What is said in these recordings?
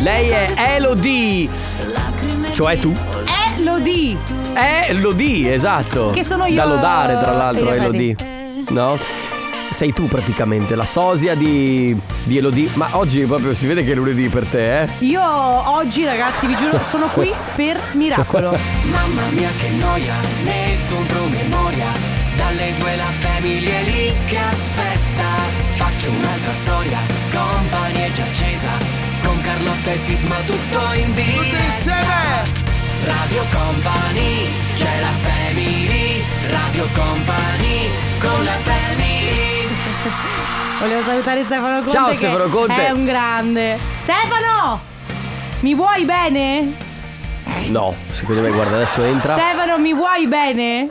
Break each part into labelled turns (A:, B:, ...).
A: Lei è Elodie, cioè tu.
B: Eh, lo di.
A: Elodie, esatto.
B: Che sono io,
A: Da lodare, tra l'altro,
B: Elodie.
A: Elodie. No? Sei tu praticamente la sosia di, di Elodie. Ma oggi proprio si vede che è lunedì per te, eh?
B: Io oggi, ragazzi, vi giuro, sono qui per miracolo.
C: Mamma mia che noia, metto un promemoria. Dalle due la famiglia è lì che aspetta. Faccio un'altra storia, compagnia è già accesa. Con Carlotta e Sisma tutto in diretta. Radio Company, c'è la family. Radio Company, con la family.
B: Volevo salutare Stefano Conte.
A: Ciao,
B: che
A: Stefano Conte.
B: È un grande. Stefano! Mi vuoi bene?
A: No, secondo me, guarda, adesso entra.
B: Stefano, mi vuoi bene?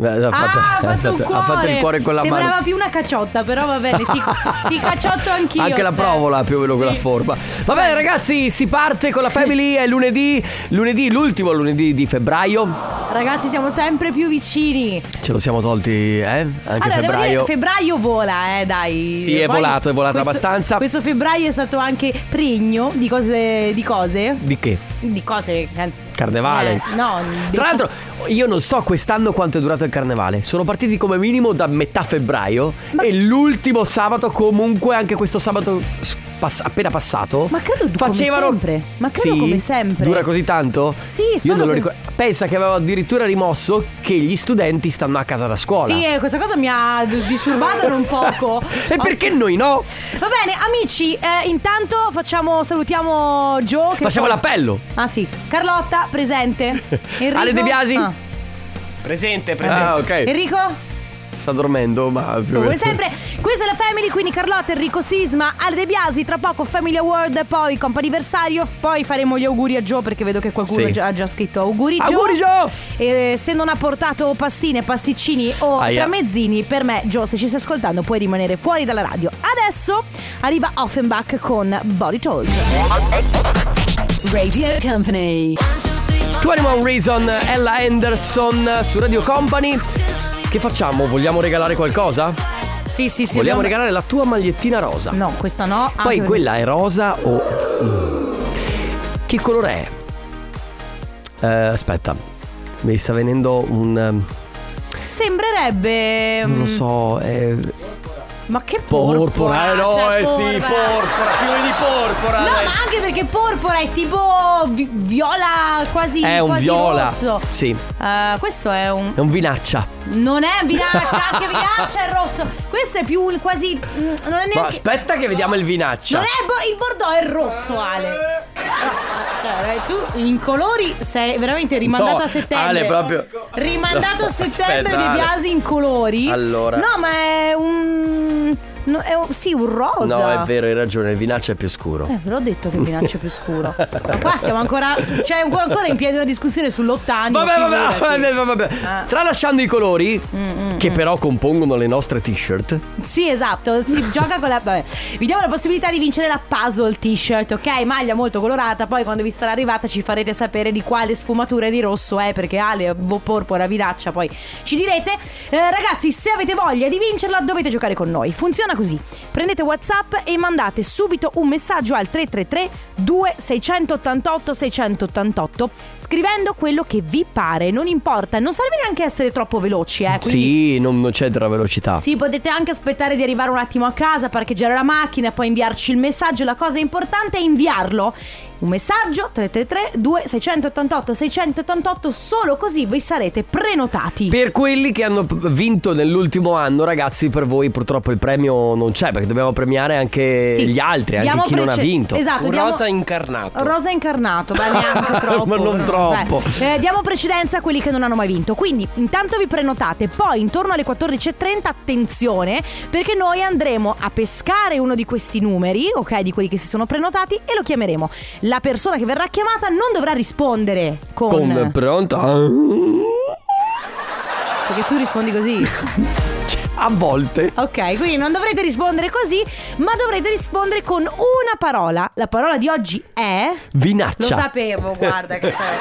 A: Eh, Ha
B: ah, ha fatto, un
A: fatto-
B: cuore.
A: ha fatto il cuore con la
B: Sembrava
A: mano.
B: più una cacciotta, però va bene. Ti, ti cacciotto anch'io.
A: Anche la
B: Ste.
A: provola ha più o meno quella
B: Sì.
A: forma. Va bene, ragazzi, si parte con la family. È lunedì, lunedì, l'ultimo lunedì di febbraio.
B: Ragazzi, siamo sempre più vicini.
A: Ce lo siamo tolti, eh? Anche
B: allora,
A: febbraio.
B: devo dire, febbraio vola, eh, dai.
A: Sì, è
B: Poi
A: volato, è volato
B: questo-
A: abbastanza.
B: Questo febbraio è stato anche pregno di cose. di cose.
A: Di che?
B: Di cose.
A: Carnevale.
B: Eh, no, di-
A: Tra l'altro, io non so quest'anno quanto è durato il carnevale. Sono partiti come minimo da metà febbraio. E l'ultimo sabato, comunque, anche questo sabato s- pass- appena passato.
B: Ma credo come sempre. Ma credo
A: Sì?
B: come sempre.
A: Dura così tanto?
B: Sì,
A: Io
B: solo
A: non lo
B: che-
A: ricordo. Pensa che avevo addirittura rimosso che gli studenti stanno a casa da scuola.
B: Sì, oh, eh, questa cosa mi ha d- disturbato non poco.
A: E
B: Ho-
A: perché noi no?
B: Va bene, amici, eh, intanto facciamo, salutiamo Joe. Che
A: Facciamo
B: poi-
A: l'appello.
B: Ah sì, Carlotta, presente. Enrico?
A: Ale De Biasi?
B: Ah.
C: Presente,
A: Ah, ok.
B: Enrico?
A: Sta dormendo, ma più o
B: Come
A: meno.
B: sempre, questa è la Family, quindi Carlotta, Enrico Sisma, Ale De Biasi, tra poco Family Award, poi comp'anniversario, poi faremo gli auguri a Joe perché vedo che qualcuno
A: Sì.
B: già- ha già scritto auguri Joe.
A: Auguri, Joe!
B: E eh, se non ha portato pastine, pasticcini o
A: Aia.
B: tramezzini, per me Joe, se ci stai ascoltando puoi rimanere fuori dalla radio. Adesso arriva Offenbach con Body Talk.
D: Radio Company.
A: 21 Reason, Ella Anderson su Radio Company. Che facciamo? Vogliamo regalare qualcosa?
B: Sì, sì, sì.
A: Vogliamo regalare la tua magliettina rosa.
B: No, questa no. anche
A: Poi
B: perché-
A: quella è rosa o. Mm. Che colore è? Eh, aspetta, mi sta venendo un. ehm,
B: Sembrerebbe...
A: Non
B: mm,
A: lo so. eh,
B: Ma che porpora?
A: porpora, eh no,
B: cioè,
A: eh sì, porpora, fiume di porpora.
B: No,
A: eh.
B: ma anche perché porpora è tipo vi- viola quasi
A: È un
B: quasi
A: viola.
B: rosso.
A: Sì,
B: Eh, questo è un
A: è un vinaccia.
B: non è vinaccia, anche vinaccia è rosso. Questo è più il quasi mm, non è neanche
A: Ma aspetta che vediamo il vinaccia.
B: Non è bo- il bordeaux è il rosso, Ale. Cioè, tu in colori sei veramente rimandato
A: No,
B: a settembre.
A: Ale, proprio-
B: Rimandato
A: No,
B: a settembre
A: aspetta,
B: dei
A: Ale.
B: Biasi in colori.
A: Allora.
B: No, ma è un no, è un- sì, un rosa.
A: No, è vero, hai ragione, il vinaccia è più scuro.
B: Eh, ve l'ho detto che vinaccio è più scuro. Ma qua siamo ancora. C'è un- ancora in piedi una discussione sull'ottanio.
A: Vabbè, vabbè,
B: figurati.
A: vabbè, vabbè.
B: Ah. Mm,
A: Tralasciando i colori, che però compongono le nostre t-shirt.
B: Sì, esatto. Si gioca con la. Vabbè. Vi diamo la possibilità di vincere la puzzle t-shirt, ok? Maglia molto colorata. Poi quando vi sarà arrivata ci farete sapere di quale sfumatura di rosso è. Perché Ale, vo- porpora, vinaccia. Poi ci direte. Eh, ragazzi, se avete voglia di vincerla, dovete giocare con noi. Funziona così: prendete WhatsApp e mandate subito un messaggio al 333-2688-688 scrivendo quello che vi pare. Non importa, non serve neanche essere troppo veloci, eh? Quindi
A: Sì, non, non c'è della velocità.
B: sì, potete anche aspettare di arrivare un attimo a casa, parcheggiare la macchina, poi inviarci il messaggio. La cosa importante è inviarlo. Un messaggio 333 2688 688 solo così voi sarete prenotati.
A: Per quelli che hanno p- vinto nell'ultimo anno, ragazzi, per voi purtroppo il premio non c'è, perché dobbiamo premiare anche
B: Sì.
A: Eh, gli altri, anche
B: Diamo
A: chi non ha
B: prece-
A: vinto.
B: Esatto, diamo-
C: incarnato.
B: Rosa incarnato, ma neanche troppo.
A: Ma non
B: no,
A: troppo.
B: beh. Eh, diamo precedenza a quelli che non hanno mai vinto. Quindi intanto vi prenotate, poi intorno alle 14.30 attenzione perché noi andremo a pescare uno di questi numeri, ok, di quelli che si sono prenotati e lo chiameremo. La persona che verrà chiamata non dovrà rispondere con...
A: Con pronto? A
B: Perché tu rispondi così.
A: volte.
B: ok, quindi non dovrete rispondere così, ma dovrete rispondere con una parola. La parola di oggi è... Lo
A: Vinaccia.
B: sapevo, guarda che sai.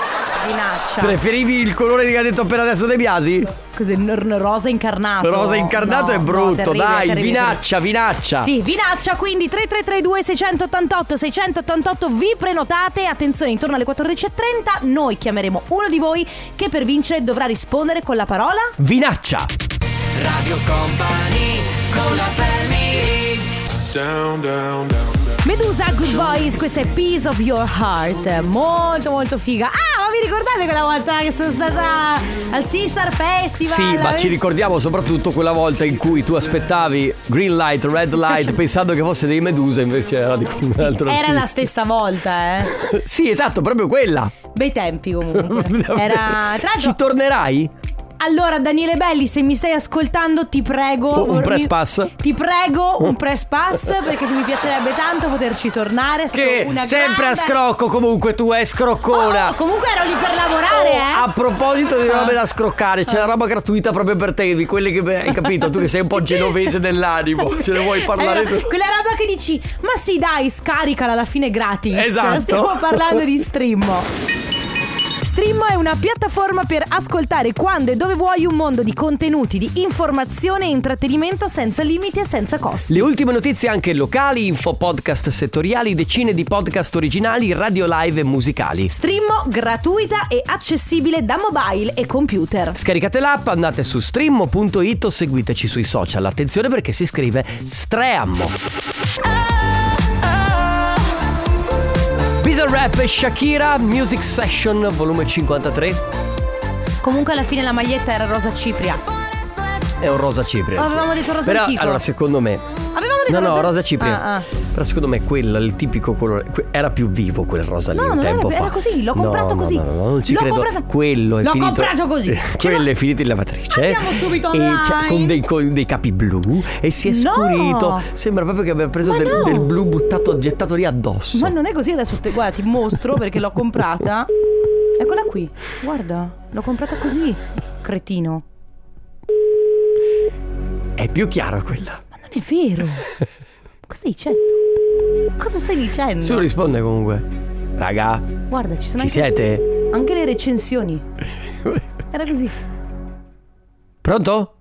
B: Vinaccia.
A: Preferivi il colore che ha detto appena adesso De Biasi?
B: Cos'è? N- rosa incarnato.
A: Rosa incarnato
B: Ah, No,
A: è
B: no,
A: brutto,
B: terribile,
A: dai,
B: terribile,
A: vinaccia, vinaccia.
B: terribile. Sì, vinaccia, quindi 3332 688 688 vi prenotate. Attenzione, intorno alle 14.30 noi chiameremo uno di voi che per vincere dovrà rispondere con la parola
A: Vinaccia.
C: Radio Company con la family
D: Down, down, down, down.
B: Medusa Good Boys, questo è Piece of Your Heart. Molto molto figa. Ah, ma vi ricordate quella volta che sono stata al Sistar Festival?
A: Sì, ma ci ricordiamo soprattutto quella volta in cui tu aspettavi green light, red light, pensando che fosse dei Medusa, invece era di un altro
B: Era la
A: artista.
B: stessa volta, eh.
A: Sì, esatto, proprio quella.
B: Bei tempi comunque. Era. Tra l'altro.
A: Ci tornerai?
B: allora, Daniele Belli, se mi stai ascoltando, ti prego.
A: Un
B: vorrei-
A: press pass?
B: Ti prego, un press pass, perché mi piacerebbe tanto poterci tornare. È stata
A: Che
B: una
A: sempre a
B: grande-
A: scrocco comunque tu è scroccona.
B: Oh, comunque ero lì per lavorare, eh. Ah.
A: Oh, A proposito di robe da scroccare, c'è la roba gratuita proprio per te, di quelle che hai capito, tu che sei un po' genovese dell'animo, se ne vuoi parlare
B: Allora,
A: tu.
B: Quella roba che dici, ma sì dai, scaricala alla fine gratis.
A: Esatto.
B: Stiamo parlando di Streammo. Streammo è una piattaforma per ascoltare quando e dove vuoi un mondo di contenuti, di informazione e intrattenimento senza limiti e senza costi.
A: Le ultime notizie anche locali, info podcast settoriali, decine di podcast originali, radio live e musicali.
B: Streammo gratuita e accessibile da mobile e computer.
A: Scaricate l'app, andate su stream.it o seguiteci sui social. Attenzione perché si scrive Streammo. Bizarre Rap e Shakira, Music Session, volume 53.
B: Comunque alla fine la maglietta era rosa cipria.
A: È un rosa cipria.
B: Avevamo detto rosa
A: Però,
B: antico.
A: allora, secondo me.
B: Avevamo detto
A: No, no,
B: rosa-
A: rosa cipria.
B: Ah, ah.
A: Però secondo me quello, il tipico colore. que- Era più vivo quel rosa lì
B: No,
A: un
B: non era-
A: tempo fa.
B: era così, l'ho
A: No,
B: comprato
A: no,
B: così.
A: No, no, non ci
B: L'ho
A: credo.
B: comprato-
A: Quello è
B: L'ho
A: finito.
B: comprato così.
A: Sì,
B: Ce
A: quello
B: l'ho-
A: è finito in lavatrice. eh.
B: Andiamo subito
A: e
B: online.
A: c'ha- con, dei, con dei capi blu e si è
B: No.
A: scurito. Sembra proprio che abbia preso
B: Ma
A: del,
B: no.
A: del blu buttato, gettato lì addosso.
B: Ma non è così adesso te, guarda, ti mostro perché l'ho comprata. Eccola qui. Guarda, l'ho comprata così, cretino.
A: È più chiaro quella.
B: Ma non è vero. Cosa stai dicendo? Cosa stai dicendo?
A: Nessuno risponde comunque. Raga,
B: Guarda, ci sono
A: ci
B: anche,
A: siete?
B: anche le recensioni. Era così.
A: Pronto?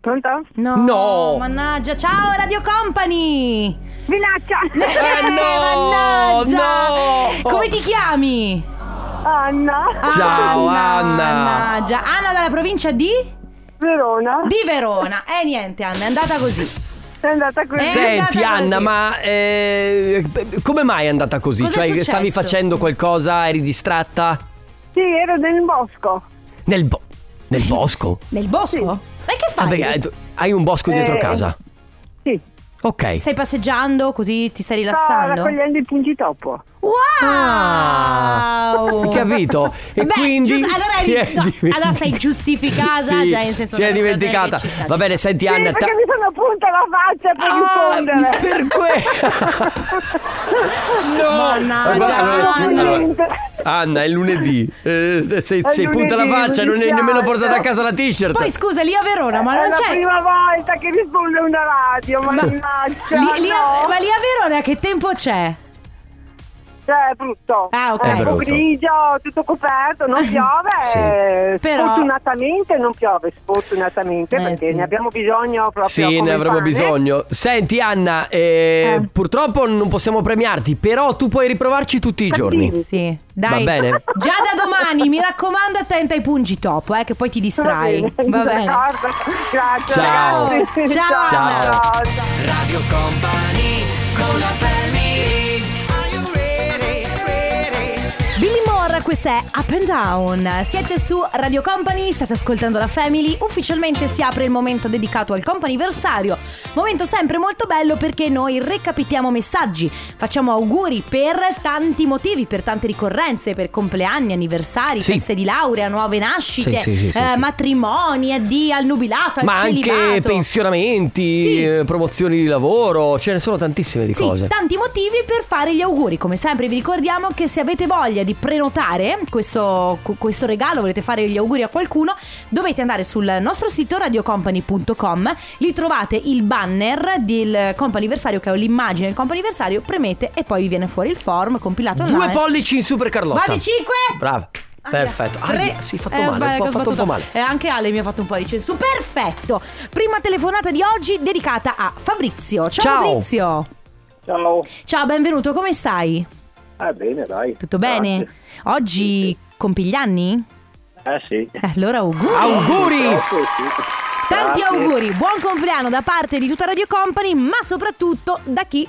E: Pronto?
B: No,
A: No.
B: mannaggia. Ciao Radio Company.
E: Minaccia!
B: Eh,
A: no,
B: mannaggia.
A: no.
B: Come ti chiami? Ah.
E: Anna!
A: Ciao, Anna.
B: Mannaggia. Anna dalla provincia di
E: Verona!
B: di Verona. E niente, Anna, è andata così.
E: È andata così.
B: Sì. È
A: Senti
B: andata
A: Anna,
B: così.
A: ma eh, come mai è andata così?
B: Cos'è
A: cioè,
B: successo?
A: stavi facendo qualcosa, eri distratta?
E: Sì, ero nel bosco.
A: Nel, bo- nel bosco? Ah,
B: Nel bosco? Ma che fai?
A: Vabbè, hai- hai un bosco dietro
E: Eh.
A: casa.
E: Sì.
A: Ok.
B: Stai passeggiando così ti stai
E: Stavo
B: rilassando?
E: raccogliendo i punti topo.
B: Wow!
A: Ah, capito? E
B: Beh,
A: quindi
B: giust- allora,
A: si
B: eri-
A: è
B: no,
A: dimenticata.
B: allora sei giustificata
A: Sì,
B: già in senso
A: si è
B: una cosa del genere
A: dimenticata.
B: che ci sta,
A: Va
B: ci
A: bene, senti
E: Sì,
A: Anna, ta-
E: perché mi sono punta la faccia per
A: Ah, per
E: rispondere.
A: que- no,
B: Mannaggia,
A: Guarda, allora, scu-
B: Anna.
A: allora, Anna, è lunedì. Eh, sei, sei punta la
E: lunedì,
A: faccia,
E: mi
A: non hai
E: dispiace.
A: nemmeno portato a casa la t-shirt.
B: Poi scusa, lì a Verona, ma
E: È
B: non
E: la
B: c'è.
E: prima volta che risponde una radio, mannaggia.
B: Lì- lì a-
E: no.
B: Ma lì a Verona che tempo c'è?
E: Cioè, è brutto.
B: Ah, ok.
E: È
A: È
E: un po'
A: brutto.
E: grigio, tutto coperto, non piove.
A: Sì.
E: eh,
B: Però-
E: Sfortunatamente non piove, sfortunatamente,
B: Eh,
E: perché
B: sì.
E: ne abbiamo bisogno proprio
A: Sì,
E: come
A: ne avremo
E: pane.
A: bisogno. Senti, Anna, eh,
E: Eh.
A: purtroppo non possiamo premiarti, però tu puoi riprovarci tutti i giorni.
B: Sì, dai.
A: Va bene.
B: Già da domani, mi raccomando, attenta ai pungi top, eh, che poi ti
E: Va
B: distrai.
E: bene,
B: Va bene.
E: d'accordo. Grazie.
A: Ciao.
E: ragazzi.
A: Ciao.
B: Ciao.
E: ciao, ciao.
C: Radio Company con la family
B: Billy Moore, questa è Up and Down. Siete su Radio Company, state ascoltando la Family. Ufficialmente si apre il momento dedicato al companiversario. Momento sempre molto bello perché noi recapitiamo messaggi, facciamo auguri per tanti motivi, per tante ricorrenze, per compleanni, anniversari,
A: Sì.
B: feste di laurea, nuove nascite,
A: Sì, sì, sì, sì,
B: eh,
A: sì.
B: matrimoni, addi al nubilato, al
A: Ma anche
B: celibato.
A: pensionamenti,
B: Sì.
A: eh, promozioni di lavoro, ce ne sono tantissime di
B: Sì,
A: cose.
B: tanti motivi per fare gli auguri. Come sempre vi ricordiamo che se avete voglia di prenotare vincere questo, cu- questo regalo, volete fare gli auguri a qualcuno, dovete andare sul nostro sito radiocompany.com, lì trovate il banner del comp'anniversario che ho l'immagine del comp'anniversario, premete e poi vi viene fuori il form compilato
A: Due
B: online.
A: pollici in super Carlotta.
B: Vado di 5!
A: Brava. Perfetto.
B: Aia,
A: Aia,
B: tre-
A: sì, fatto
B: eh, ho
A: male.
B: sbagliato,
A: ho
B: ho
A: fatto un po'
B: sbattuto.
A: male.
B: Eh, anche Ale mi ha fatto un po' di censo. Perfetto. Prima telefonata di oggi dedicata a Fabrizio. Ciao,
A: Ciao.
B: Fabrizio.
F: Ciao.
B: Ciao, benvenuto. Come stai?
F: Eh bene, dai.
B: Tutto bene?
F: Grazie.
B: Oggi compi gli anni?
F: Eh sì.
B: Eh, Allora auguri.
A: Auguri!
E: Eh,
F: Purtroppo sì.
B: Tanti
F: Grazie.
B: auguri. Buon compleanno da parte di tutta Radio Company, ma soprattutto da chi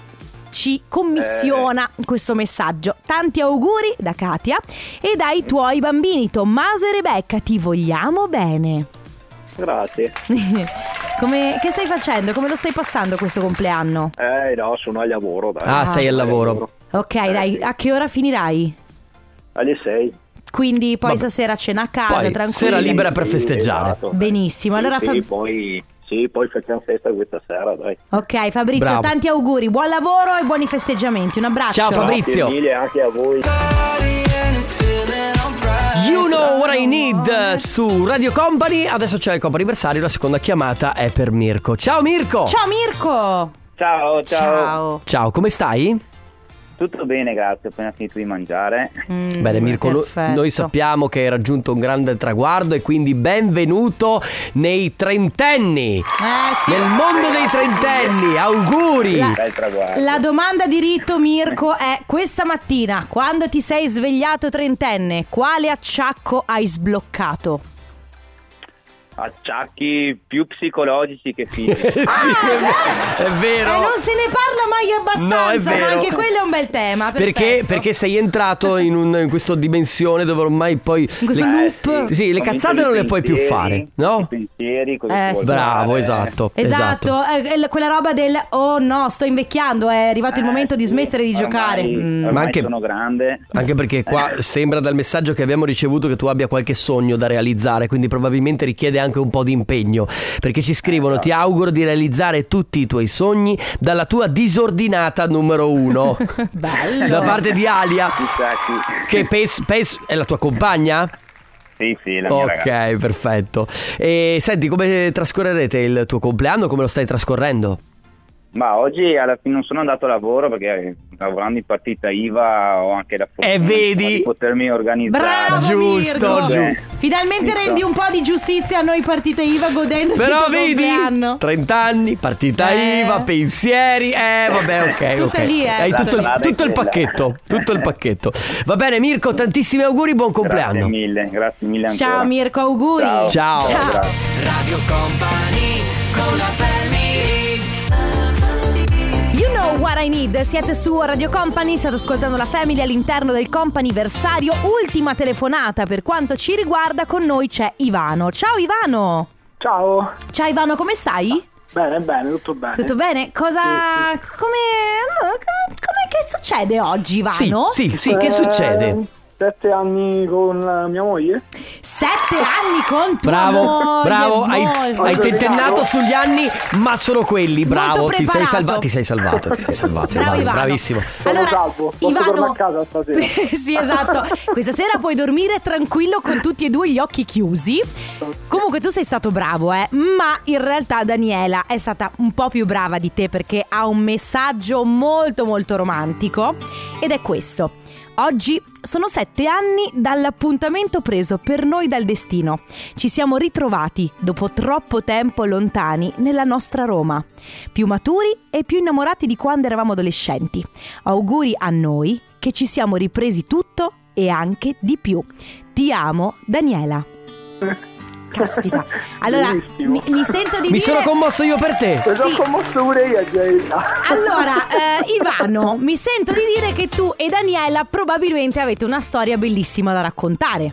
B: ci commissiona questo messaggio. Tanti auguri da Katia e dai tuoi bambini Tommaso e Rebecca. Ti vogliamo bene.
F: Grazie.
B: Come, che stai facendo? Come lo stai passando questo compleanno?
F: Eh no, sono al lavoro, dai.
A: Ah, sei al lavoro.
B: Ok, dai,
F: sì.
B: a che ora finirai?
F: Alle 6.
B: Quindi poi
A: Vabbè.
B: stasera a cena a casa,
A: Poi,
B: tranquilli.
A: sera libera per festeggiare.
B: Benissimo, allora
F: sì,
B: fa-
F: poi sì, poi facciamo festa questa sera, dai.
B: Ok, Fabrizio,
A: Bravo.
B: tanti auguri, buon lavoro e buoni festeggiamenti. Un abbraccio.
A: Ciao, Fabrizio.
F: Grazie mille anche a voi.
A: You
B: Ecco,
A: know what I need su Radio Company. Adesso c'è il comp'anniversario. La seconda chiamata è per Mirko. Ciao Mirko!
B: Ciao Mirko!
G: Ciao, ciao,
A: Ciao, come stai?
G: Tutto bene, grazie. Ho appena finito di mangiare.
B: Mm,
A: Bene Mirko, no-
B: perfetto.
A: noi sappiamo che hai raggiunto un grande traguardo e quindi benvenuto nei trentenni.
B: Eh sì.
A: Nel mondo dei trentenni, auguri!
B: La-
G: Bel traguardo.
B: La domanda di rito, Mirko, è questa mattina, quando ti sei svegliato trentenne, quale acciacco hai sbloccato?
G: Acciacchi più psicologici che fisici.
A: Ah! Sì,
G: Eh,
A: è ve- è vero.
B: Ah! Eh, non se ne parla mai
A: No, è
B: abbastanza,
A: vero.
B: ma anche quello è un bel tema.
A: Perché,
B: perfetto.
A: perché sei entrato in, un- in questa dimensione dove ormai poi...
B: In questo
A: le-
B: loop.
A: Sì, le
G: Cominciano
A: cazzate
G: i
A: non le puoi più
G: pensieri,
A: fare, no?
G: I pensieri, cosa
B: Eh,
G: si
B: sì.
G: vuol
A: Bravo,
G: fare.
A: esatto.
B: Esatto, eh, eh, quella roba del oh no, sto invecchiando, è arrivato il
G: Eh,
B: momento di
G: sì,
B: smettere di
G: ormai-
B: giocare. Mm.
G: Ormai
A: Ma anche-
G: sono grande.
A: Anche perché qua sembra dal messaggio che abbiamo ricevuto che tu abbia qualche sogno da realizzare, quindi probabilmente richiede anche un po' di impegno. Perché ci
G: Eh,
A: scrivono: Ti auguro di realizzare tutti i tuoi sogni dalla tua disordinata numero uno.
B: Bello.
A: da parte di Alia,
G: Acciacchi.
A: che pes- pes- è la tua compagna?
G: Sì, sì, la mia
A: ok,
G: ragazza.
A: perfetto. E senti, come trascorrerete il tuo compleanno? Come lo stai trascorrendo?
G: Ma oggi alla fine non sono andato a lavoro perché eh, lavorando in partita IVA ho anche la fortuna
A: Eh, vedi?
G: di potermi organizzare.
B: Bravo
A: Giusto,
B: Mirko.
G: giusto.
B: Finalmente
G: Giusto.
B: rendi un po' di giustizia a noi partite IVA godendo
A: Però
B: del tuo
A: vedi,
B: compleanno.
A: 30 anni, partita
B: Eh.
A: IVA, pensieri, eh vabbè ok.
B: Tutto
A: ok.
B: lì, eh.
A: Hai tutto,
G: Esatto, La strada è
A: tutto il
G: quella.
A: pacchetto, tutto il pacchetto. Va bene Mirko, tantissimi auguri, buon
G: Grazie
A: compleanno.
G: mille, grazie mille ancora.
B: Ciao Mirko, auguri.
G: Ciao.
A: Ciao.
B: Ciao.
G: Grazie.
C: Radio Company con la family
B: You know what I need, siete su Radio Company, state ascoltando la Family all'interno del comp'anniversario, ultima telefonata per quanto ci riguarda, con noi c'è Ivano. Ciao Ivano!
E: Ciao.
B: Ciao Ivano, come stai?
E: Bene, bene, tutto bene.
B: Tutto bene? Cosa... come... come che succede oggi
A: Sì,
B: Ivano?
A: sì, sì, che
E: Eh,
A: succede?
E: Sette anni con eh, mia moglie.
B: Sette anni con tua
A: Bravo,
B: moglie,
A: bravo, hai,
B: molto.
A: hai tentennato sugli anni, ma sono quelli, bravo, ti sei,
B: preparato.
A: salva- ti sei salvato, ti sei salvato,
B: Bravo
A: Ivano,
B: Ivano.
A: bravissimo.
E: Sono salvo, posso tornare a casa stasera.
B: sì, esatto. Questa sera puoi dormire tranquillo con tutti e due gli occhi chiusi. Comunque tu sei stato bravo, eh, ma in realtà Daniela è stata un po' più brava di te perché ha un messaggio molto molto romantico ed è questo. Oggi sono sette anni dall'appuntamento preso per noi dal destino. Ci siamo ritrovati, dopo troppo tempo lontani, nella nostra Roma. Più maturi e più innamorati di quando eravamo adolescenti. Auguri a noi che ci siamo ripresi tutto e anche di più. Ti amo, Daniela. Caspita. Allora, mi,
E: Bellissimo.
B: mi sento di
A: Mi
B: dire...
A: sono commosso io per te.
E: Mi sono
B: Sì.
E: commosso pure io, Giacomo.
B: Allora, eh, Ivano, mi sento di dire che tu e Daniela probabilmente avete una storia bellissima da raccontare.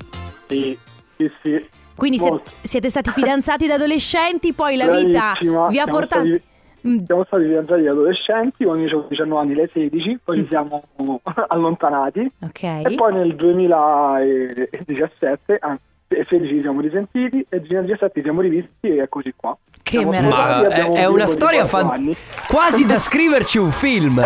E: Sì, sì, sì.
B: Quindi se-
E: Molto.
B: siete stati fidanzati da adolescenti, poi la vita
E: Bravissima,
B: vi ha
E: siamo
B: portato...
E: stati-
B: Mm,
E: Siamo stati fidanzati da adolescenti, quando io avevo 19 anni, lei 16, poi
B: Mm.
E: ci siamo allontanati
B: ok.
E: e poi nel 2017, anzi
H: e felici siamo risentiti e Gina G7 siamo rivisti e così qua.
B: Che
H: Siamo
B: meraviglia.
A: Ma
H: tornati,
A: è,
H: abbiamo un
A: è una
H: bimbo di
A: storia
H: quattro
A: fan-
H: anni.
A: quasi da scriverci un film.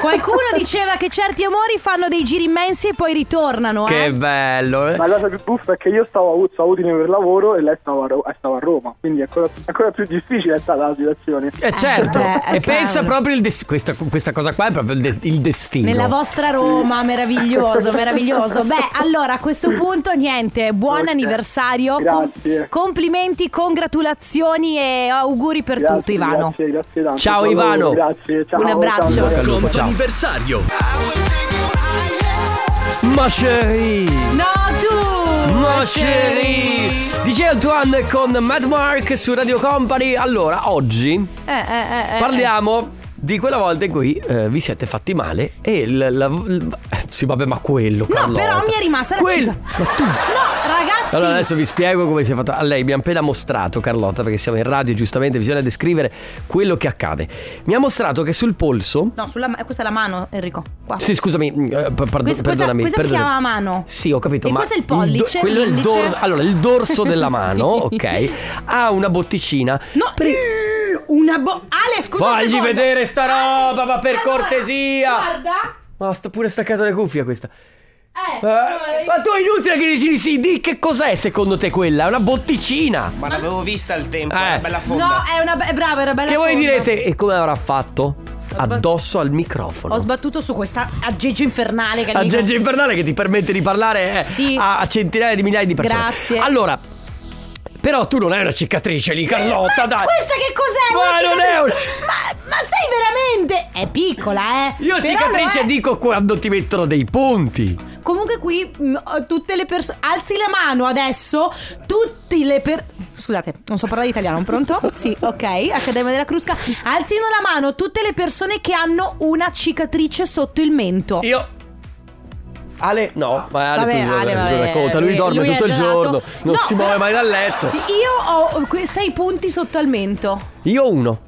B: Qualcuno diceva che certi amori fanno dei giri immensi e poi ritornano.
A: Che
B: eh.
A: bello. eh.
H: Ma la cosa più buffa è che io stavo a Uzzo, a Udine per lavoro e lei stava a, Ro- stava a Roma, quindi ancora, ancora più difficile è stata la situazione.
A: Eh, certo,
B: beh,
A: e
B: cavolo.
A: pensa proprio il des- questa, questa cosa qua è proprio il, de- il destino.
B: Nella vostra Roma, meraviglioso, meraviglioso. Beh, allora a questo punto niente, buon
H: Ok.
B: anniversario.
H: Grazie.
B: complimenti, congratulazioni e auguri per
H: Grazie,
B: tutto Ivano.
H: Grazie, grazie tanto.
A: Ciao,
H: Buon lavoro,
A: Ivano.
H: Grazie, ciao.
B: Un abbraccio.
H: ciao, ragazzi.
A: Ciao. Ma chérie,
B: No, tu! Cioè,
A: ma chérie. DJ Antoine con Mad Mark su Radio Company. Allora, oggi
B: Eh, eh, eh, eh.
A: Parliamo di quella volta in cui eh, vi siete fatti male e il... la- il- eh, sì, vabbè, ma quello,
B: No,
A: Carlotta.
B: però mi è rimasta la
A: Quello-
B: cica-
A: Ma tu...
B: No, ragazzi!
A: Allora adesso vi spiego come si è fatto. A lei mi ha appena mostrato Carlotta, perché siamo in radio, giustamente bisogna descrivere quello che accade. Mi ha mostrato che sul polso...
B: No, sulla ma- questa è la mano, Enrico. Qua.
A: Sì, scusami, eh, par- pardon-
B: Ah. Questa- questa-
A: perdonami.
B: questa si
A: perdonami.
B: chiama mano.
A: Sì, ho capito.
B: E
A: ma
B: questo è il
A: do-
B: pollice,
A: quello è il
B: l'indice.
A: dorso. Allora, il dorso della mano,
B: Sì.
A: ok, ha una botticina.
B: No, una bo... Ale, scusa un
A: Fagli
B: secondo.
A: vedere sta roba, ma per
B: Allora,
A: cortesia.
B: Guarda!
A: Ma sta pure staccato le cuffie questa.
B: Eh,
A: Eh, ma tu è inutile che dici di sì, di che cos'è secondo te quella? È una botticina.
I: Ma l'avevo vista al tempo,
A: Eh.
I: una bella fonda.
B: No, è una be- è brava, era bella
A: Che voi
B: fonda.
A: direte? E come avrà fatto? Addosso al microfono.
B: Ho sbattuto su questa aggeggio infernale che è il mio-
A: Aggeggio infernale che ti permette di parlare eh,
B: Sì.
A: a, a centinaia di migliaia di persone.
B: Grazie.
A: Allora, però tu non hai una cicatrice lì, Carlotta,
B: Ma
A: dai.
B: Eh, Questa che cos'è?
A: Ma
B: Una
A: non
B: cicatrice-
A: è una-
B: Ma, ma sei veramente... È piccola, eh.
A: Io
B: Però
A: cicatrice
B: lo è.
A: dico quando ti mettono dei punti.
B: Comunque qui mh, ho tutte le persone... Alzi la mano adesso. Tutte le per... Scusate, non so parlare italiano, pronto? Sì, ok. Accademia della Crusca. Alzino la mano tutte le persone che hanno una cicatrice sotto il mento.
A: Io. Ale, no, ma Ale,
B: Vabbè,
A: tu
B: Ale,
A: tu
B: vabbè,
A: racconta, lui,
B: lui-
A: dorme
B: lui è
A: tutto il
B: gelato.
A: giorno, non
B: No,
A: si muove
B: però-
A: mai dal letto.
B: Io ho que- sei punti sotto al mento.
A: Io uno.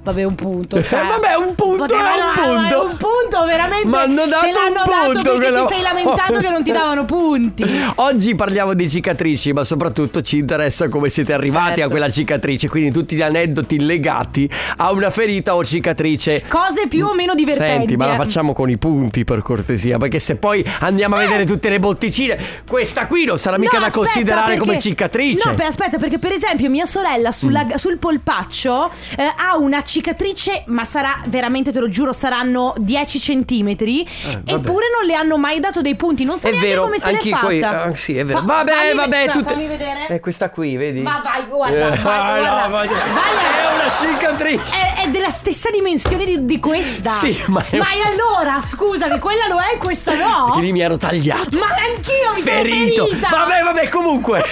B: Vabbè, un punto.
A: Eh,
B: Cioè,
A: vabbè, un punto
B: Vabbè,
A: è
B: ma
A: un
B: no,
A: punto.
B: ma è un punto, veramente.
A: M'hanno dato
B: Te l'hanno
A: un
B: dato
A: punto
B: perché
A: quella
B: ti sei lamentato
A: volta.
B: che non ti davano punti.
A: Oggi parliamo di cicatrici, ma soprattutto ci interessa come siete arrivati a
B: Certo.
A: quella cicatrice, quindi tutti gli aneddoti legati a una ferita o cicatrice.
B: Cose più o meno divertenti.
A: Senti, ma la
B: eh.
A: facciamo con i punti per cortesia, perché se poi andiamo a vedere tutte le botticine, questa qui non sarà mica
B: Eh. No,
A: da
B: aspetta,
A: considerare
B: perché-
A: come cicatrice. Mm.
B: No, per- aspetta, perché per esempio mia sorella sulla- sul polpaccio eh, ha una cicatrice, ma sarà veramente, te lo giuro, saranno 10 centimetri.
A: Eh, vabbè.
B: eppure non le hanno mai dato dei punti. Non so
A: È
B: neanche
A: vero,
B: come se l'è
A: anche
B: fatta.
A: qui. ah, sì, è vero.
B: Fa-
A: vabbè,
B: fammi ve-
A: vabbè,
B: aspetta,
A: tutte-
B: fammi vedere.
A: È questa qui, vedi?
B: Ma vai, guarda,
A: Eh,
B: vai,
A: ah,
B: guarda.
A: no, Eh, vai-
B: Vai, eh.
A: È una cicatrice.
B: È, è della stessa dimensione di, di questa.
A: Sì, ma è-
B: e allora, scusami, quella lo è e questa no?
A: Perché lì mi ero tagliato.
B: Ma anch'io mi
A: Ferito.
B: sono ferita.
A: Vabbè, vabbè, comunque.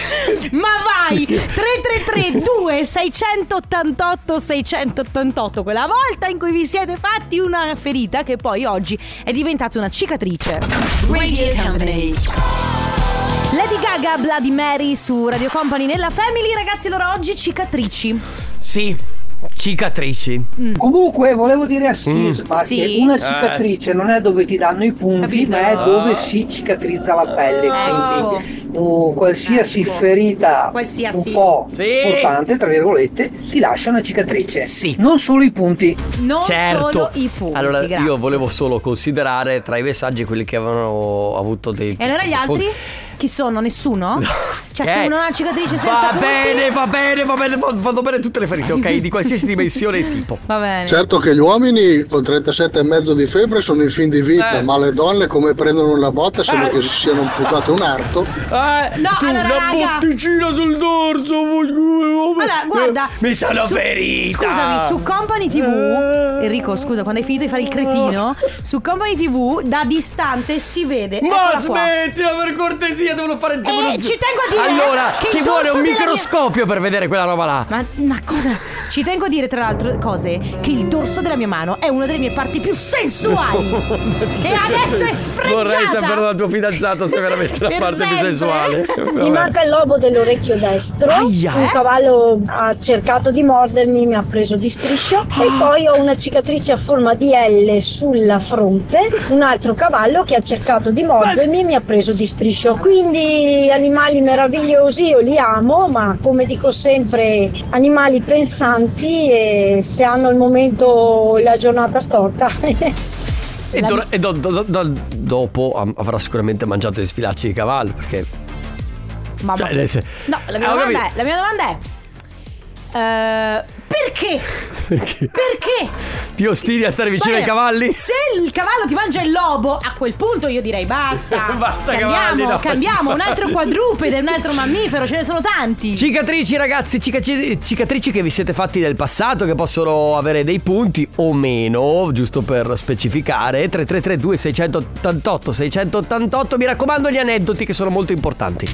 B: Ma vai 333 2688 688 quella volta in cui vi siete fatti una ferita che poi oggi è diventata una cicatrice. Lady Gaga, Bloody Mary su Radio Company nella Family, ragazzi, allora oggi cicatrici.
A: Sì. Cicatrici.
J: Comunque volevo dire a
A: Mm.
J: Sisma
B: Sì.
J: che
A: Eh.
J: una cicatrice non è dove ti danno i punti,
B: Capito.
J: ma è
A: Ah.
J: dove si cicatrizza la pelle.
B: Ecco.
J: Quindi uh, qualsiasi
B: Ecco.
J: ferita
B: Qualsiasi.
J: un po'
A: Sì.
J: importante, tra virgolette, ti lascia una cicatrice.
A: Sì.
J: Non solo i punti.
B: Non
A: certo.
B: solo i punti.
A: Allora,
B: grazie.
A: io volevo solo considerare tra i messaggi quelli che avevano avuto dei.
B: E allora gli altri? Chi sono? Nessuno? Cioè, se
A: Eh,
B: uno ha una cicatrice senza
A: Va
B: punti-
A: bene, va bene, va bene, va- vanno bene tutte le ferite, ok? Di qualsiasi dimensione e tipo.
B: Va bene.
A: Cioè,
K: Certo che gli uomini con 37,5 di febbre sono in fin di vita,
A: Eh.
K: ma le donne come prendono una botta sembra
A: Eh.
K: che si siano imputate un arto.
A: Eh,
B: No,
A: tu,
B: allora,
A: una
B: raga.
A: botticina sul dorso. vuoi- vuoi-
B: Allora, guarda.
A: eh, Mi sono
B: su-
A: ferita. Eh.
B: Scusami, su Company TV. Enrico, scusa, quando hai finito di fare il cretino, su Company TV da distante si vede.
A: Ma
B: eccola qua. Eh,
A: smettila per cortesia, devono fare devono-
B: ci tengo a dire
A: Allora,
B: che il
A: ci vuole
B: dorso
A: un
B: della mia-
A: microscopio per vedere quella roba là.
B: Ma, ma cosa? Ci tengo a dire, tra l'altro, cose che il dorso della mia mano è una delle mie parti più sensuali. e adesso è sfregiata.
A: Oh, Vorrei saperlo dal tuo fidanzato se è veramente la
B: Per
A: parte più
B: sempre.
A: sensuale.
L: Mi
A: Vabbè.
L: manca il lobo dell'orecchio destro.
A: Aia.
L: Un
B: Eh?
L: cavallo ha cercato di mordermi, mi ha preso di striscio. E
B: Ah.
L: poi ho una cicatrice a forma di L sulla fronte. Un altro cavallo che ha cercato di mordermi, mi ha preso di striscio. Qui Quindi animali meravigliosi, io li amo, ma come dico sempre, animali pensanti e se hanno il momento, la giornata storta.
A: E, do- e do- do- do- dopo am- avrà sicuramente mangiato gli sfilacci di cavallo perché...
B: Mamma.
A: Cioè, adesso-
B: Ah, No, la mia
A: Ah, ho
B: domanda è:
A: capito.
B: la mia domanda è eh, perché?
A: Perché?
B: Perché?
A: Ti ostini a stare vicino
B: Poi,
A: ai cavalli?
B: Se il cavallo ti mangia il lobo, a quel punto io direi basta.
A: Basta
B: cambiamo,
A: cavalli, no,
B: cambiamo un altro
A: cavalli.
B: quadrupede, un altro mammifero, ce ne sono tanti.
A: Cicatrici ragazzi, cicatrici, cicatrici che vi siete fatti del passato che possono avere dei punti o meno, giusto per specificare, 3332 688 688, mi raccomando gli aneddoti che sono molto importanti.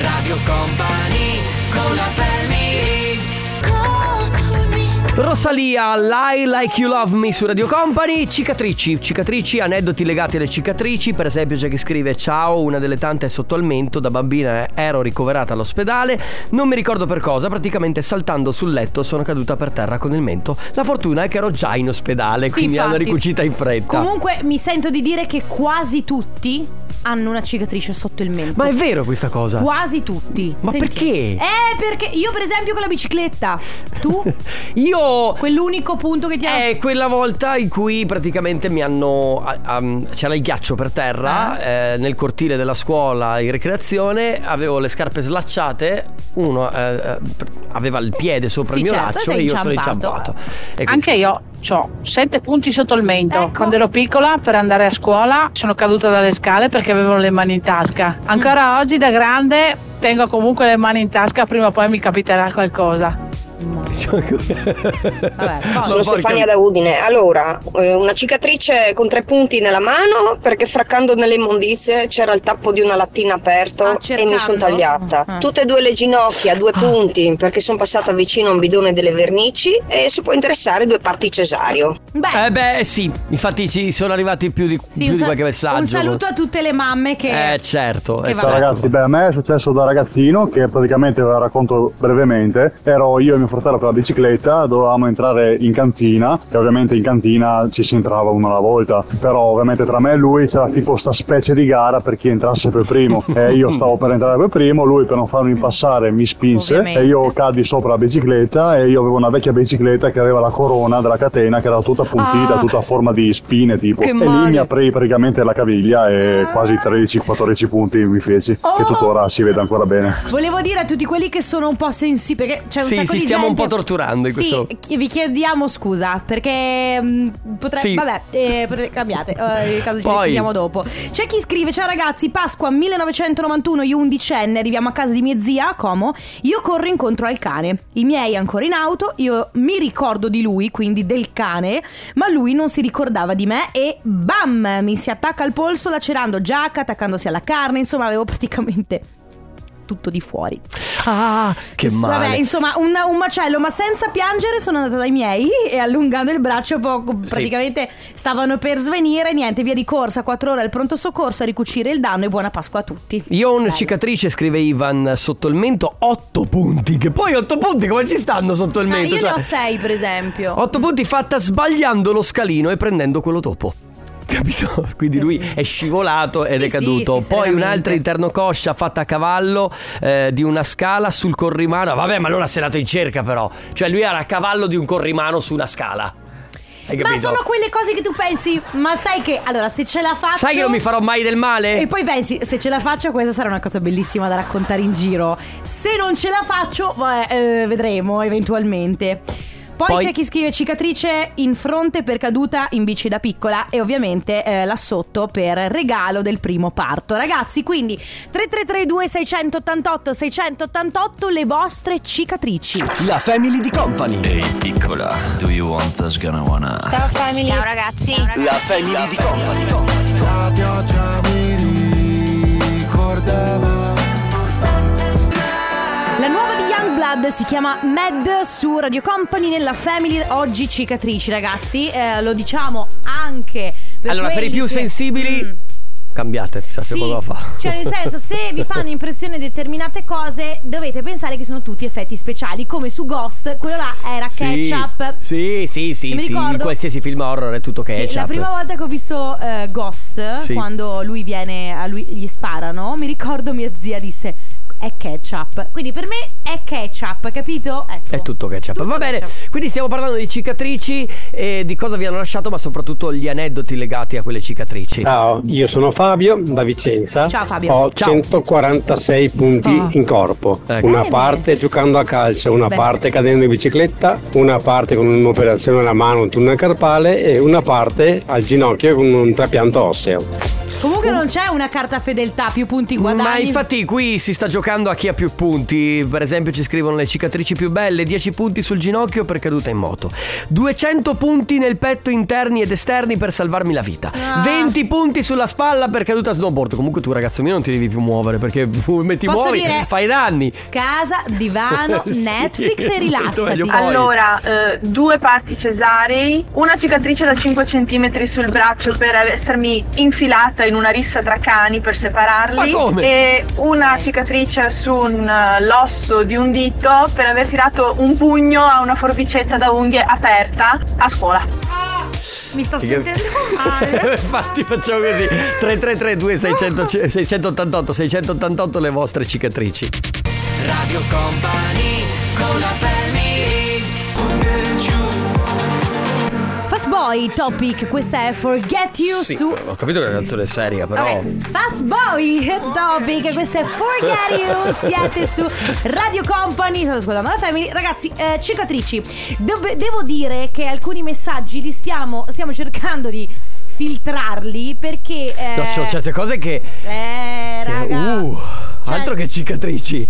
C: Radio Company con la family
A: Rosalia, I Like You Love Me su Radio Company, cicatrici, cicatrici, aneddoti legati alle cicatrici, per esempio c'è chi scrive ciao, una delle tante è sotto al mento, da bambina eh, ero ricoverata all'ospedale, non mi ricordo per cosa, praticamente saltando sul letto sono caduta per terra con il mento, la fortuna è che ero già in ospedale,
B: Sì,
A: quindi l'hanno
B: infatti.
A: ricucita in fretta.
B: Comunque mi sento di dire che quasi tutti hanno una cicatrice sotto il mento.
A: Ma è vero questa cosa?
B: Quasi tutti.
A: Ma perché?
B: Eh, perché io per esempio con la bicicletta. Tu?
A: Io...
B: Quell'unico punto che ti ha...
A: È quella volta in cui praticamente mi hanno. a- a- c'era il ghiaccio per terra eh, nel cortile della scuola in ricreazione. Avevo le scarpe slacciate. Uno eh, eh, pr- aveva il piede sopra
B: Sì,
A: il mio
B: certo,
A: laccio
B: sei
A: e io sono
B: inciampato.
A: inciampato. E quindi-
I: Anche io ho sette punti sotto il mento. Quando ero piccola, per andare a scuola, sono caduta dalle scale perché avevo le mani in tasca. Ancora oggi, da grande, tengo comunque le mani in tasca, prima o poi mi capiterà qualcosa.
B: no,
M: Sono
B: porca-
M: Stefania da Udine. Allora, eh, una cicatrice con tre punti nella mano perché fraccando nelle immondizie c'era il tappo di una lattina aperto
B: Ah,
M: e mi sono tagliata.
N: Ah.
M: Tutte e due le ginocchia, due
O: Ah.
M: punti perché sono passata vicino a un bidone delle vernici e se può interessare due parti cesario.
A: Eh beh, sì, infatti ci sono arrivati più di,
B: Sì,
A: più
B: un
A: di
B: sal-
A: qualche messaggio.
B: Un saluto a tutte le mamme che...
A: Eh certo. eh, certo.
B: va-
P: Ciao ragazzi, beh, a me è successo da ragazzino che praticamente ve la racconto brevemente. Ero io e mio fratello con la bicicletta, dovevamo entrare in cantina e ovviamente in cantina ci si entrava una alla volta, però ovviamente tra me e lui c'era tipo sta specie di gara per chi entrasse per primo. E io stavo per entrare per primo, lui per non farmi passare mi spinse
Q: Ovviamente.
P: e io caddi sopra la bicicletta e io avevo una vecchia bicicletta che aveva la corona della catena che era tutta appuntita,
A: Ah.
P: tutta a forma di spine tipo.
A: Che
P: e lì
A: male.
P: mi aprì praticamente la caviglia e quasi 13-14 punti mi feci, che tuttora si vede ancora bene.
B: Volevo dire a tutti quelli che sono un po' sensibili, perché c'è un
A: Sì,
B: sacco
A: sì,
B: di
A: stiamo un
B: gente-
A: po' torturando in
B: Sì,
A: questo-
B: chi- vi chiediamo scusa perché potrebbe...
A: Sì.
B: Vabbè, eh, potre- cambiate, eh, nel caso ci
A: Poi-
B: risentiamo dopo. C'è chi scrive, ciao ragazzi, Pasqua 1991, io undicenne, arriviamo a casa di mia zia a Como, io corro incontro al cane, i miei ancora in auto, io mi ricordo di lui, quindi del cane, ma lui non si ricordava di me e bam, mi si attacca al polso lacerando giacca, attaccandosi alla carne, insomma avevo praticamente tutto di fuori.
A: Ah, che
B: Ins-
A: male.
B: Vabbè, insomma, un, un macello, ma senza piangere sono andata dai miei e allungando il braccio poco, praticamente stavano per svenire, niente, via di corsa, quattro ore al pronto soccorso a ricucire il danno e buona Pasqua a tutti.
A: Io ho una cicatrice, scrive Ivan, sotto il mento, 8 punti. Che poi 8 punti come ci stanno sotto il
B: Ah,
A: mento?
B: io ne
A: Cioè,
B: ho sei, per esempio.
A: 8 punti fatta sbagliando lo scalino e prendendo quello dopo. Capito? Quindi lui è scivolato ed
B: Sì,
A: è
B: sì,
A: caduto.
B: sì,
A: Poi
B: seriamente.
A: un'altra interno coscia fatta a cavallo eh, di una scala sul corrimano. Vabbè, ma allora si è andato in cerca, però. Cioè, lui era a cavallo di un corrimano su una scala. Hai capito?
B: Ma sono quelle cose che tu pensi, ma sai che allora se ce la faccio...
A: Sai che non mi farò mai del male?
B: E poi pensi, se ce la faccio, questa sarà una cosa bellissima da raccontare in giro. Se non ce la faccio, beh, eh, vedremo eventualmente. Poi,
A: Poi-
B: c'è chi scrive cicatrice in fronte per caduta in bici da piccola e ovviamente eh, là sotto per regalo del primo parto. Ragazzi, quindi 3332 688 688 le vostre cicatrici.
R: La family di company. Ehi piccola, do you want this gonna wanna?
B: Ciao family. Ciao ragazzi.
R: La family di company.
C: La pioggia mi ricordava
B: La nuova di Youngblood si chiama Mad su Radio Company nella Family oggi cicatrici ragazzi, Eh, lo diciamo anche per
A: allora, per
B: quelli
A: i più
B: che- Mm.
A: sensibili, cambiate, ti
B: Sì,
A: poco fa.
B: Cioè, nel senso, se vi fanno impressione determinate cose, dovete pensare che sono tutti effetti speciali. Come su Ghost, quello là era
A: Sì,
B: ketchup.
A: Sì, sì, sì,
B: Mi
A: sì,
B: ricordo-
A: qualsiasi film horror è tutto
B: Sì,
A: ketchup.
B: la prima volta che ho visto eh, Ghost,
A: Sì.
B: quando lui viene, a lui gli sparano, mi ricordo mia zia disse è ketchup. Quindi per me è ketchup, capito? Ecco.
A: È tutto ketchup. Va bene, quindi stiamo parlando di cicatrici e di cosa vi hanno lasciato, ma soprattutto gli aneddoti legati a quelle cicatrici.
N: Ciao, io sono Fabio da Vicenza.
B: Ciao, Fabio.
N: Ho
B: Ciao.
N: 146 punti
B: Ah.
N: in corpo.
A: Eh,
N: Una
B: Bene.
N: parte giocando a calcio, una
B: Bene.
N: parte cadendo in bicicletta, una parte con un'operazione alla mano, un tunnel carpale e una parte al ginocchio con un trapianto osseo.
B: Comunque non c'è una carta fedeltà, più punti guadagni.
A: Ma infatti qui si sta giocando a chi ha più punti. Per esempio ci scrivono le cicatrici più belle, 10 punti sul ginocchio per caduta in moto, 200 punti nel petto interni ed esterni per salvarmi la vita,
B: Ah.
A: 20 punti sulla spalla per caduta a snowboard. Comunque tu ragazzo mio non ti devi più muovere perché come ti
B: Posso
A: muovi
B: dire-
A: fai danni.
B: Casa, divano,
A: Sì,
B: Netflix e rilassati.
A: meglio poi.
Q: Allora, eh, due parti cesarei, una cicatrice da 5 cm sul braccio per essermi infilata in una rissa tra cani per separarli
O: Ma come?
Q: e una cicatrice sull'osso di un dito per aver tirato un pugno a una forbicetta da unghie aperta a scuola.
B: Mi sto
A: Ti cap- Infatti facciamo così 333 688 688 le vostre cicatrici
B: Eh.
C: Radio Company con la family
B: Fast Boy Topic, questa è Forget You
A: Sì,
B: su
A: Ho capito che è una canzone seria però
B: Ok, Fast Boy Topic, questo è Forget You, siete su Radio Company, sto ascoltando la Family. Ragazzi, eh, cicatrici, Dov- devo dire che alcuni messaggi li stiamo, stiamo cercando di filtrarli perché... Eh,
A: No, c'ho certe cose che
B: eh,
A: che-
B: raga... cioè
A: uh, altro che cicatrici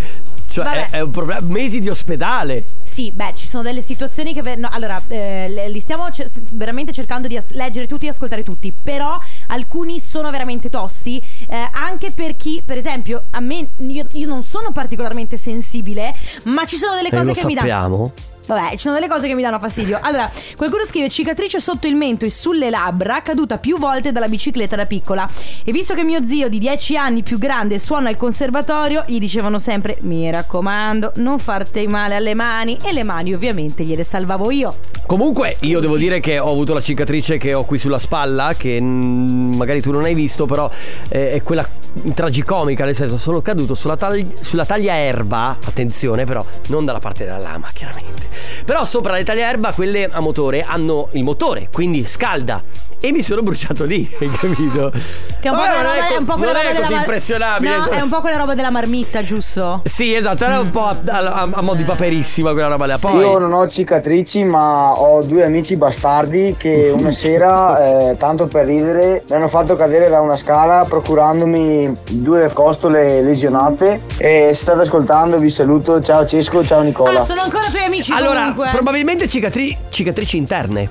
A: Cioè
B: Vabbè.
A: è, è un problema Mesi di ospedale
B: Sì, beh, ci sono delle situazioni che. ve- no, allora, eh, le- li stiamo ce- st- veramente cercando di as- leggere tutti e ascoltare tutti. Però alcuni sono veramente tosti. eh, anche per chi, per esempio, a me. Io, io non sono particolarmente sensibile, ma ci sono delle
A: E
B: cose
A: Eh, lo
B: che mi danno.
A: sappiamo
B: Vabbè, ci sono delle cose che mi danno fastidio. Allora, qualcuno scrive cicatrice sotto il mento e sulle labbra, caduta più volte dalla bicicletta da piccola. E visto che mio zio di 10 anni più grande suona al conservatorio, gli dicevano sempre: Mi raccomando, non farti male alle mani. E le mani, ovviamente, gliele salvavo io.
A: Comunque io devo dire che ho avuto la cicatrice che ho qui sulla spalla Che mm, magari tu non hai visto però eh, È quella tragicomica Nel senso sono caduto sulla, tagli- sulla taglia erba Attenzione però Non dalla parte della lama chiaramente Però sopra le taglie erba quelle a motore Hanno il motore quindi scalda E mi sono bruciato lì hai capito?
B: Che è un po'
A: Vabbè,
B: quella
A: non
B: roba,
A: è
B: è un po'
A: co-
B: quella
A: non
B: roba
A: è
B: della
A: così
B: mar-
A: impressionabile
B: No, è un po' quella roba della marmitta, giusto?
A: Sì esatto era un po' a, a- a mo' di paperissima quella roba là Poi
S: Io non ho cicatrici, ma ho due amici bastardi che una sera, eh, tanto per ridere, mi hanno fatto cadere da una scala procurandomi due costole lesionate. E state ascoltando, vi saluto. Ciao Cesco, ciao Nicola.
B: Ah, Sono ancora tuoi amici.
A: Allora,
B: comunque.
A: probabilmente cicatri- cicatrici interne.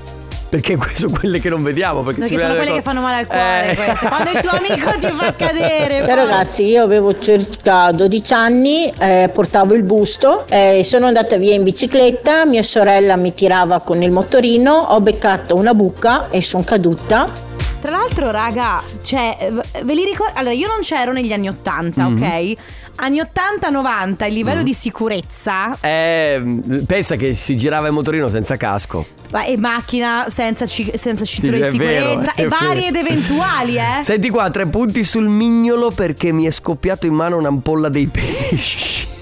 A: Perché que- sono quelle che non vediamo. Perché,
B: Perché
A: si
B: sono
A: vedono
B: quelle
A: le cose-
B: che fanno male al cuore.
A: Eh.
B: queste. Quando il tuo amico ti fa cadere.
T: Ciao ragazzi, io avevo circa 12 anni, eh, portavo il busto, eh, sono andata via in bicicletta, mia sorella mi tirava con il motorino, ho beccato una buca e sono caduta.
B: Tra l'altro, raga, cioè, eh, ve li ricordo. Allora, io non c'ero negli anni 80,
A: Mhm.
B: ok? Anni 80-90, il livello
A: Mhm.
B: di sicurezza.
A: Eh, pensa che si girava in motorino senza casco.
B: ma- E macchina senza, ci- senza cintura
A: è
B: di
A: vero,
B: sicurezza.
A: è
B: e varie ed
A: vero.
B: eventuali, eh.
A: Senti qua, tre punti sul mignolo perché mi è scoppiato in mano un'ampolla dei pesci.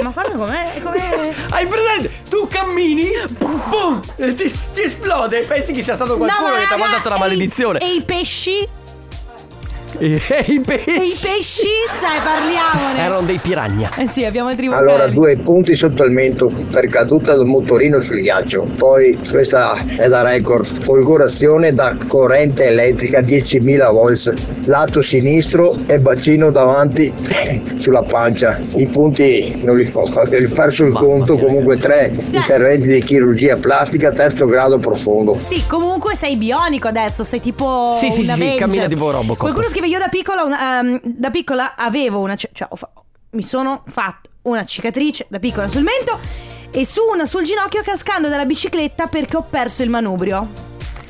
B: Ma guarda com'è. com'è...
A: Hai presente? Tu cammini, boom, e ti, ti esplode. Pensi che sia stato qualcuno
B: No, ma
A: che ti ha
B: raga,
A: mandato la
B: e i-
A: maledizione. Eh,
B: E i pesci?
A: E, i
B: E
A: pesci.
B: i pesci? Cioè, parliamone.
A: Erano dei piragna.
B: Eh sì, abbiamo il tribunale.
U: Allora, due punti sotto il mento per caduta dal motorino sul ghiaccio. Poi, questa è da record. Folgorazione da corrente elettrica 10.000 volts, lato sinistro e bacino davanti sulla pancia. I punti non li ho, ho perso il conto. Comunque, tre interventi di chirurgia plastica, terzo grado profondo.
B: Sì, comunque sei bionico adesso, sei tipo.
U: Sì, sì, sì,
B: un
U: sì,
B: Avenger.
U: cammina tipo Robocop.
B: Qualcuno scrive: Io da piccola, una- ehm, da piccola avevo una. ci- Cioè, ho fa- mi sono fatto una cicatrice da piccola sul mento e su una sul ginocchio cascando dalla bicicletta perché ho perso il manubrio.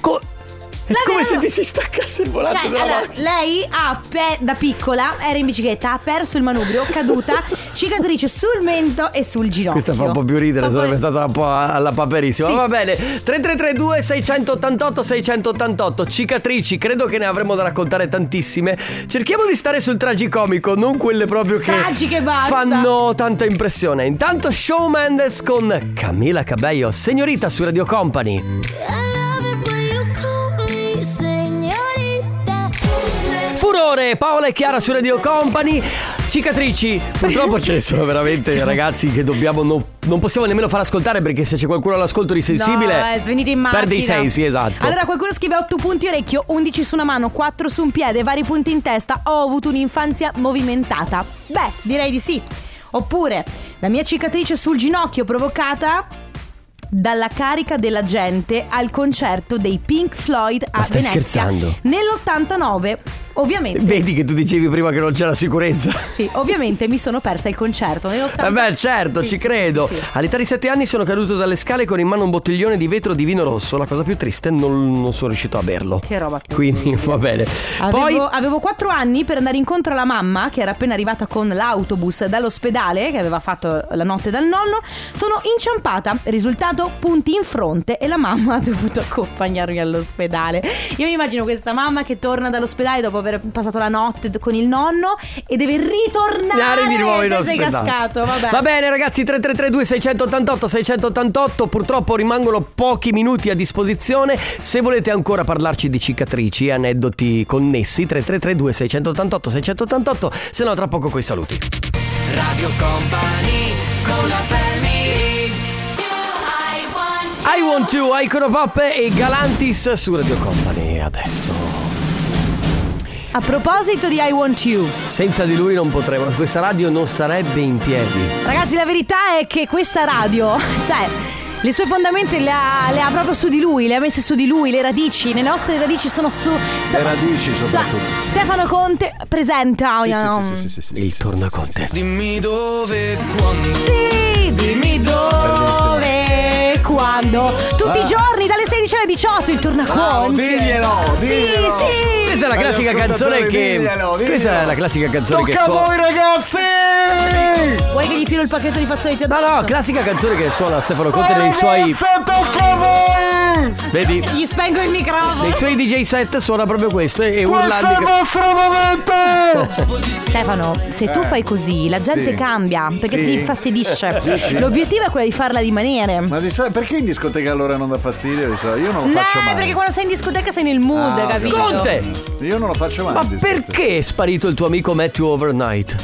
A: come se ti si staccasse il volante
B: Cioè,
A: della
B: allora,
A: macchina.
B: lei ha pe- da piccola era in bicicletta, ha perso il manubrio, caduta, cicatrice sul mento e sul ginocchio.
A: Questa fa un po' più ridere,
B: Fa un po'
A: sarebbe stata un po' alla paperissima.
B: Sì.
A: Ma va bene. 3332 688 688 cicatrici, credo che ne avremo da raccontare tantissime. Cerchiamo di stare sul tragicomico, non quelle proprio che
B: Tragiche, basta.
A: fanno tanta impressione. Intanto Show Mendes con Camila Cabello, signorita su Radio Company. Furore, Paola e Chiara su Radio Company. Cicatrici, purtroppo ce ne sono veramente ragazzi che dobbiamo non, non possiamo nemmeno far ascoltare perché se c'è qualcuno all'ascolto di sensibile
B: No, eh, venite in macchina.
A: perde i sensi, esatto.
B: Allora, qualcuno scrive 8 punti orecchio, 11 su una mano, 4 su un piede, vari punti in testa. Ho avuto un'infanzia movimentata. Beh, direi di sì. Oppure, la mia cicatrice sul ginocchio provocata dalla carica della gente al concerto dei Pink Floyd a
A: Ma stai
B: Venezia
A: scherzando?
B: nell'89. Ovviamente.
A: Vedi che tu dicevi prima che non c'era sicurezza.
B: Sì, ovviamente mi sono persa il concerto nell'89.
A: Eh beh, certo,
B: Sì,
A: ci
B: sì,
A: credo.
B: sì, sì, sì.
A: All'età di 7 anni sono caduto dalle scale con in mano un bottiglione di vetro di vino rosso. La cosa più triste, non, non sono riuscito a berlo.
B: Che roba.
A: Quindi va bene. Poi
B: Avevo, avevo 4 anni per andare incontro alla mamma che era appena arrivata con l'autobus dall'ospedale che aveva fatto la notte dal nonno. Sono inciampata, risultato punti in fronte e la mamma ha dovuto accompagnarmi all'ospedale. Io mi immagino questa mamma che torna dall'ospedale dopo aver passato la notte d- con il nonno e deve ritornare
A: Gnari di nuovo in
B: perché sei
A: ospedale.
B: cascato. Vabbè.
A: Va bene ragazzi 3332 688 688 Purtroppo rimangono pochi minuti a disposizione Se volete ancora parlarci di cicatrici e aneddoti connessi 3332 688 688 Se no tra poco coi saluti
C: Radio Company con la family
A: I want you, Icono Pop e Galantis su Radio Company adesso
B: A proposito di I Want You.
A: Senza di lui non potremmo Questa radio non starebbe in piedi
B: Ragazzi, la verità è che questa radio, cioè, le sue fondamenta le ha, le ha proprio su di lui, le ha messe su di lui, le radici, le nostre radici sono su. Le
O: radici
B: soprattutto. Stefano Conte presenta. no?
A: Il tornaconte
C: Dimmi dove, quando
B: Sì, dimmi dove, quando. Tutti
C: Ah.
B: i giorni, dalle 16 alle 18, il tornaconte.
O: diglielo, diglielo.
B: Sì, sì.
A: Questa è la classica canzone che Questa è la classica canzone che suo-
O: ragazzi!
B: Vuoi che gli tiro il pacchetto di fazzoletti addosso?
A: No, classica canzone che suona Stefano Conte nei suoi
O: tocca a voi!
A: Vedi?
B: Gli spengo il microfono.
A: Nei suoi DJ set suona proprio questo e urla al micro-
O: vostro momento!
B: Stefano, se tu
A: Eh.
B: fai così la gente
O: Sì.
B: cambia perché
O: Sì.
B: si infastidisce.
O: Dici?
B: L'obiettivo è quello di farla rimanere.
O: Ma di solito- perché in discoteca allora non dà fastidio? Di solito? Io non lo
B: no,
O: faccio mai.
B: perché quando sei in discoteca sei nel mood,
O: Ah,
B: capito?
O: Io non lo faccio mai.
A: Ma
O: in discoteca.
A: perché è sparito il tuo amico Matthew Overnight?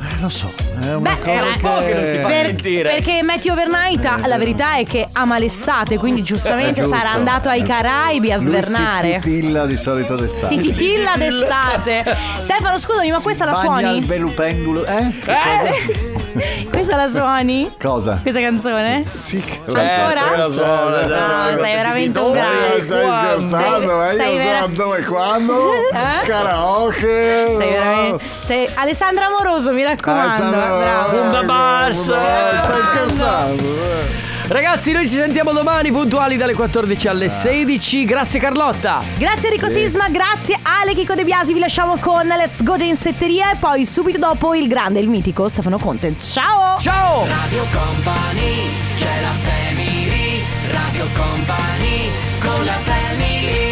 O: Eh, lo so. È una
B: Beh,
O: cosa
B: sarà-
O: che...
A: po' che non si fa
B: per-
A: sentire.
B: perché Matthew Overnight, ha- la verità è che ama l'estate, quindi giustamente
O: Eh, Giusto.
B: sarà andato ai Caraibi a
O: Lui
B: svernare.
O: Si titilla di solito d'estate.
B: Si titilla d'estate. Stefano, scusami, ma questa la
O: Bagna
B: suoni? Eh?
O: il velupendulo. Eh? Sì,
B: Questa la suoni?
O: Cosa?
B: Questa canzone?
O: Sì, che
B: Ancora?
O: Eh, suona, dai.
B: No, sei veramente un
O: Ma
B: grande.
O: Stai scherzando? Ma
B: sei
O: io
B: vera-
O: so dove e quando?
B: Eh?
O: Karaoke.
B: Sei veramente. sei- Alessandra Amoroso, mi raccomando. Bravo.
A: Bunda Bash.
O: Stai scherzando?
A: Ragazzi, noi ci sentiamo domani puntuali dalle 14 alle 16. Grazie Carlotta.
B: Grazie Rico
A: Sì.
B: Sisma, grazie Ale Chico De Biasi, vi lasciamo con Let's Go Gensetteria e poi subito dopo il grande, il mitico Stefano Conte. Ciao!
A: Ciao!
C: Radio Company, c'è la family Radio Company con la family